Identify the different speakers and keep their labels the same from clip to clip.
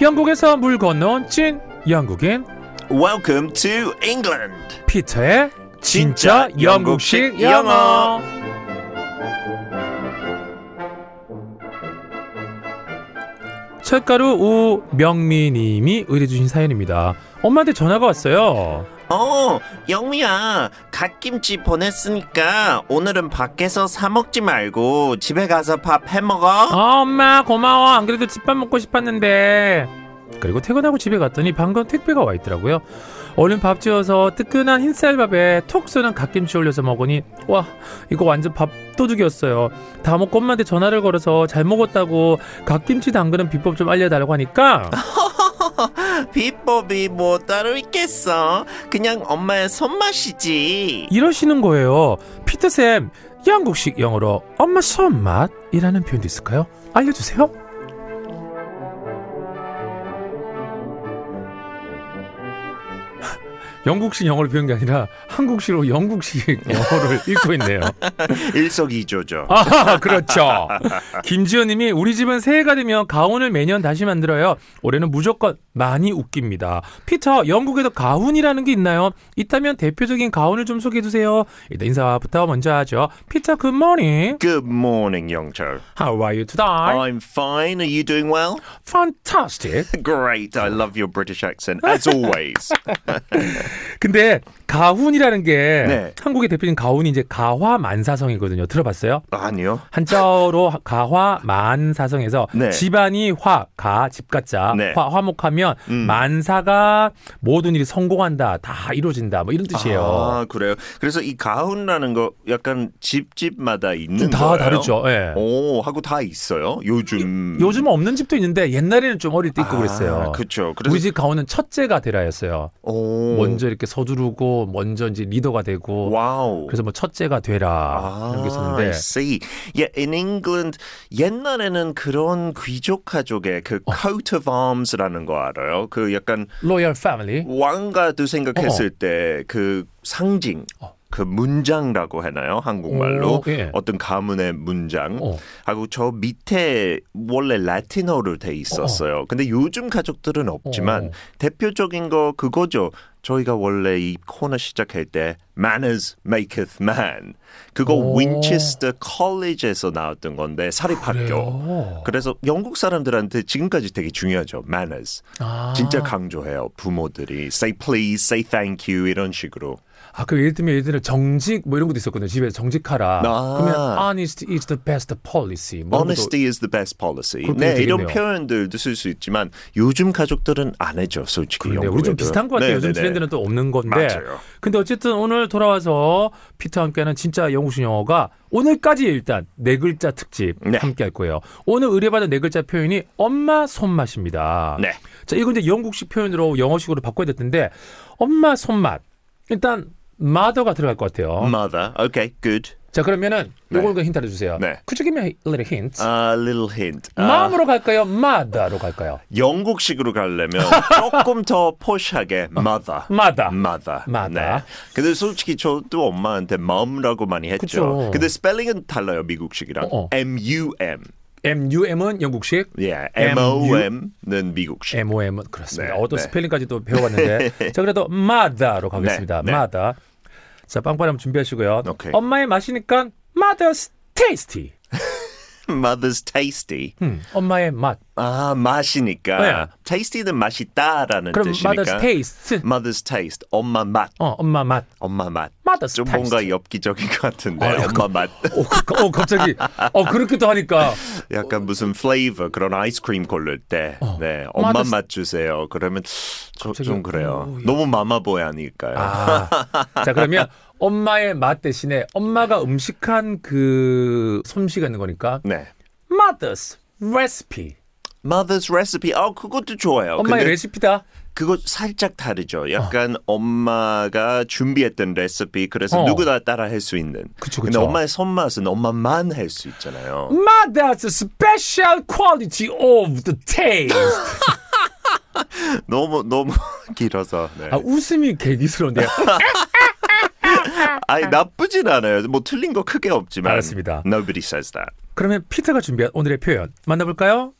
Speaker 1: 영국에서 물 건너온 찐 영국인
Speaker 2: Welcome to England.
Speaker 1: 피터의 진짜 영국식 영어. 철가루 우명미님이 의뢰주신 사연입니다. 엄마한테 전화가 왔어요.
Speaker 2: 어, 영미야, 갓김치 보냈으니까 오늘은 밖에서 사 먹지 말고 집에 가서 밥 해 먹어.
Speaker 1: 아, 엄마 고마워. 안 그래도 집밥 먹고 싶었는데. 그리고 퇴근하고 집에 갔더니 방금 택배가 와 있더라고요. 얼른 밥 지어서 뜨끈한 흰쌀밥에 톡 쏘는 갓김치 올려서 먹으니 와 이거 완전 밥도둑이었어요. 다 먹고 엄마한테 전화를 걸어서 잘 먹었다고 갓김치 담그는 비법 좀 알려달라고 하니까 어?
Speaker 2: 비법이 뭐 따로 있겠어. 그냥 엄마의 손맛이지.
Speaker 1: 이러시는 거예요. 피트쌤 영국식 영어로 엄마 손맛이라는 표현도 있을까요? 알려주세요. 영국식 영어로 배운 게 아니라 한국식으로 영국식 영어를 읽고 있네요.
Speaker 2: 일석이조죠.
Speaker 1: 아, 그렇죠. 김지현님이 우리 집은 새해가 되면 가훈을 매년 다시 만들어요. 올해는 무조건 많이 웃깁니다. 피터, 영국에도 가훈이라는 게 있나요? 있다면 대표적인 가훈을 좀 소개해 주세요. 일단 인사부터 먼저 하죠. 피터, 굿모닝.
Speaker 2: Good morning, 영철.
Speaker 1: How are you today?
Speaker 2: I'm fine. Are you doing well?
Speaker 1: Fantastic.
Speaker 2: Great. I love your British accent as always.
Speaker 1: 근데 가훈이라는 게
Speaker 2: 네.
Speaker 1: 한국의 대표적인 가훈이 이제 가화만사성이거든요. 들어봤어요?
Speaker 2: 아니요.
Speaker 1: 한자어로 가화 만사성에서
Speaker 2: 네.
Speaker 1: 집안이 화가 집가자
Speaker 2: 네.
Speaker 1: 화, 화목하면
Speaker 2: 음.
Speaker 1: 만사가 모든 일이 성공한다 다 이루어진다 뭐 이런 뜻이에요.
Speaker 2: 아 그래요. 그래서 이 가훈이라는 거 약간 집집마다 있는
Speaker 1: 좀 다
Speaker 2: 거예요. 어,
Speaker 1: 다르죠. 예.
Speaker 2: 오 하고 다 있어요. 요즘 아,
Speaker 1: 요즘은 없는 집도 있는데 옛날에는 좀 어릴 때 있고 그랬어요.
Speaker 2: 음. 그렇죠. 그래서
Speaker 1: 우리 집 가오는 첫째가 되라였어요.
Speaker 2: 오,
Speaker 1: 먼저 이렇게 서두르고 먼저 이제 리더가 되고
Speaker 2: 와우.
Speaker 1: 그래서 뭐 첫째가 되라
Speaker 2: 아,
Speaker 1: 이런 게
Speaker 2: I
Speaker 1: 있었는데
Speaker 2: see. Yeah, in England 옛날에는 그런 귀족 가족의 그
Speaker 1: 어.
Speaker 2: coat of arms라는 거 알아요? 그 약간
Speaker 1: 로열 패밀리
Speaker 2: 왕가도 생각했을 때 그 상징,
Speaker 1: 어.
Speaker 2: 그 문장이라고 해나요? 한국말로
Speaker 1: 오, 예.
Speaker 2: 어떤 가문의 문장.
Speaker 1: 어.
Speaker 2: 하고 저 밑에 원래 라틴어로 돼 있었어요. 근데 요즘 가족들은 없지만
Speaker 1: 어.
Speaker 2: 대표적인 거 그거죠. 저희가 원래 이 코너 시작할 때 manners maketh man 그거
Speaker 1: 오. 아,
Speaker 2: 윈체스터 컬리지에서 나왔던 건데 사립학교.
Speaker 1: 그래요.
Speaker 2: 그래서 영국 사람들한테 지금까지 되게 중요하죠. manners.
Speaker 1: 아.
Speaker 2: 진짜 강조해요. 부모들이 say please, say thank you 이런 식으로.
Speaker 1: 아, 그 예를 들면 예를 들면 정직 뭐 이런 것도 있었거든요. 집에 정직하라.
Speaker 2: 아.
Speaker 1: 그러면 honesty is the best policy. 뭐 이런 것도-
Speaker 2: Honesty is the best policy.
Speaker 1: 그것도
Speaker 2: 네, 이런
Speaker 1: 되겠네요.
Speaker 2: 표현들도 쓸 수 있지만 요즘 가족들은 안 해죠, 솔직히.
Speaker 1: 그런데 우리 좀
Speaker 2: 영국에도.
Speaker 1: 비슷한 것 같아요.
Speaker 2: 네,
Speaker 1: 요즘
Speaker 2: 네, 네.
Speaker 1: 트렌드는 또 없는 건데.
Speaker 2: 맞아요.
Speaker 1: 근데 어쨌든 오늘 돌아와서 피터와 함께하는 진짜 영국식 영어가 오늘까지 일단 네 글자 특집
Speaker 2: 네.
Speaker 1: 함께 할 거예요. 오늘 의뢰받은 네 글자 표현이 엄마 손맛입니다.
Speaker 2: 네.
Speaker 1: 자, 이건 이제 영국식 표현으로 영어식으로 바꿔야 될 텐데 엄마 손맛. 일단 mother가 들어갈 것 같아요.
Speaker 2: Mother. Okay, good.
Speaker 1: 자, 그러면은
Speaker 2: 음. 네.
Speaker 1: 요걸 네. 힌트 알려 주세요.
Speaker 2: 네.
Speaker 1: Could you give me a little hint?
Speaker 2: A little hint. 아,
Speaker 1: 마음으로 갈까요? 마다로 갈까요?
Speaker 2: 영국식으로 가려면 조금 더 포시하게 mother.
Speaker 1: 마다.
Speaker 2: mother.
Speaker 1: 어. mother.
Speaker 2: 네. 근데 솔직히 저도 엄마한테 mom라고 많이 했죠.
Speaker 1: 그쵸.
Speaker 2: 근데 스펠링은 달라요, 미국식이랑.
Speaker 1: 어, 어.
Speaker 2: M-U-M.
Speaker 1: MUM은 영국식,
Speaker 2: 예,
Speaker 1: M-U?
Speaker 2: M-O-M는 미국식.
Speaker 1: MOM은 그렇습니다.
Speaker 2: 네,
Speaker 1: 어떤
Speaker 2: 네.
Speaker 1: 스펠링까지 또 배워봤는데 자 그래도 마다로 가겠습니다.
Speaker 2: 네, 네.
Speaker 1: 마다. 자 빵빠람 준비하시고요.
Speaker 2: 오케이.
Speaker 1: 엄마의 맛이니까 mother's tasty.
Speaker 2: Mother's tasty.
Speaker 1: 음, 엄마의 맛.
Speaker 2: 아 맛이니까
Speaker 1: 네.
Speaker 2: tasty는 맛있다라는
Speaker 1: 그럼
Speaker 2: 뜻이니까 음.
Speaker 1: mother's taste.
Speaker 2: Mother's taste 엄마 맛
Speaker 1: 어, 엄마 맛.
Speaker 2: 엄마 맛 좀
Speaker 1: mother's taste.
Speaker 2: 뭔가 엽기적인 것 같은데
Speaker 1: 아,
Speaker 2: 엄마 맛
Speaker 1: 오, 그- 어, 갑자기 어 그렇게 또 하니까
Speaker 2: 약간 무슨 flavor 그런 아이스크림 고를 때 네, 엄마
Speaker 1: 어. Mother's-
Speaker 2: 맛 주세요 그러면 저,
Speaker 1: 갑자기,
Speaker 2: 좀 그래요
Speaker 1: 오, 야.
Speaker 2: 너무 마마보이 아닐까요
Speaker 1: 아, 자 그러면 엄마의 맛 대신에 엄마가 음식한 그 솜씨가 있는 거니까
Speaker 2: 네
Speaker 1: mother's recipe.
Speaker 2: Mother's recipe 아 그것도 좋아요
Speaker 1: 엄마의 어.
Speaker 2: 근데
Speaker 1: 레시피다.
Speaker 2: 그거 살짝 다르죠. 약간 엄마가 준비했던 레시피 그래서
Speaker 1: 어.
Speaker 2: 누구나 따라 할 수 있는.
Speaker 1: 그쵸,
Speaker 2: 근데
Speaker 1: 그쵸.
Speaker 2: 엄마의 손맛은 엄마만 할 수 있잖아요.
Speaker 1: Mother's special quality of the taste.
Speaker 2: 너무 너무 길어서. 네.
Speaker 1: 아, 웃음이 개기스러운데요.
Speaker 2: 아, 아니 나쁘진 않아요. 뭐 틀린 거 크게 없지만.
Speaker 1: 알았습니다.
Speaker 2: Nobody says that.
Speaker 1: 그러면 피터가 준비한 오늘의 표현 만나볼까요?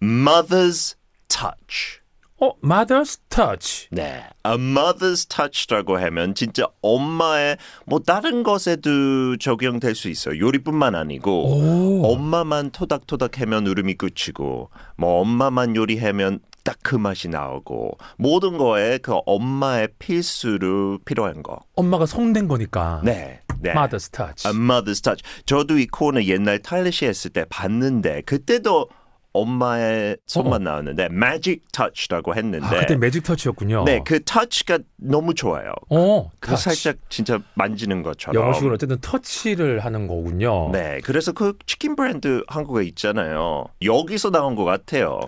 Speaker 2: Mother's touch.
Speaker 1: 어, mother's touch.
Speaker 2: 네. A mother's touch라고 하면 진짜 엄마의 뭐 다른 것에도 적용될 수 있어요. 요리뿐만 아니고
Speaker 1: 오.
Speaker 2: 엄마만 토닥토닥 하면 울음이 끝이고 뭐 엄마만 요리하면 딱 그 맛이 나오고 모든 거에 그 엄마의 필수로 필요한 거.
Speaker 1: 엄마가 성된 거니까.
Speaker 2: 네. 네.
Speaker 1: mother's touch.
Speaker 2: A mother's touch. 저도 이 코너 옛날 탈리시 했을 때 봤는데 그때도 엄마의 손만 나왔는데 magic touch라고 했는데
Speaker 1: 어. 아, 그때 매직 터치였군요.
Speaker 2: 네, 그 터치가 너무 좋아요.
Speaker 1: 어,
Speaker 2: 그
Speaker 1: touch.
Speaker 2: 살짝 진짜 만지는 것처럼.
Speaker 1: 영어식으로 어쨌든 터치를 하는 거군요.
Speaker 2: 네, 그래서 그 치킨 브랜드 한국에 있잖아요. 여기서 나온 것 같아요.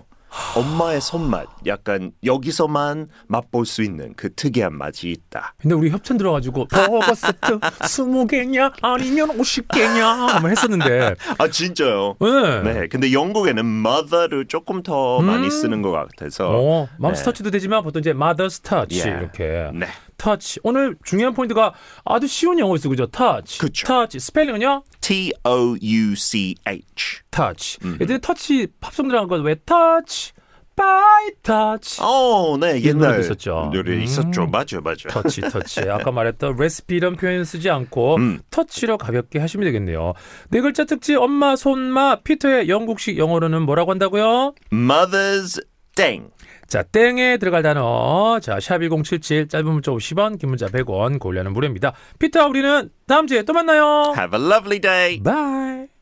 Speaker 2: 엄마의 손맛, 약간 여기서만 맛볼 수 있는 그 특이한 맛이 있다.
Speaker 1: 근데 우리 협찬 들어가지고 버거 세트 20개냐 아니면 50개냐 뭐 했었는데.
Speaker 2: 아 진짜요?
Speaker 1: 네.
Speaker 2: 네, 근데 영국에는 mother를 조금 더 많이 쓰는 것 같아서.
Speaker 1: 음. 어, 맘스 터치도 되지만 보통 이제 mother's touch
Speaker 2: 네. 예.
Speaker 1: 이렇게.
Speaker 2: 네,
Speaker 1: touch. 오늘 중요한 포인트가 아주 쉬운 영어였어. 그죠? touch.
Speaker 2: 그쵸.
Speaker 1: touch. 스펠링은요?
Speaker 2: T O U C H.
Speaker 1: 음. touch.
Speaker 2: 음.
Speaker 1: 예전에 터치 팝송 들어간 건왜 touch? by touch.
Speaker 2: 어, 네,
Speaker 1: 노래도
Speaker 2: 옛날
Speaker 1: 있었죠.
Speaker 2: 노래
Speaker 1: 음.
Speaker 2: 있었죠. 맞아요, 맞아요.
Speaker 1: 터치 터치 아까 말했던 레시피 이런 표현 쓰지 않고
Speaker 2: 음.
Speaker 1: 터치로 가볍게 하시면 되겠네요 네 글자 특집 엄마 손마 피터의 영국식 영어로는 뭐라고 한다고요?
Speaker 2: Mother's 땡.
Speaker 1: 자 땡에 들어갈 단어 자샵1077 짧은 문자 50원 긴 문자 100원 고려하는 무료입니다 피터 우리는 다음 주에 또 만나요
Speaker 2: Have a lovely day.
Speaker 1: 바이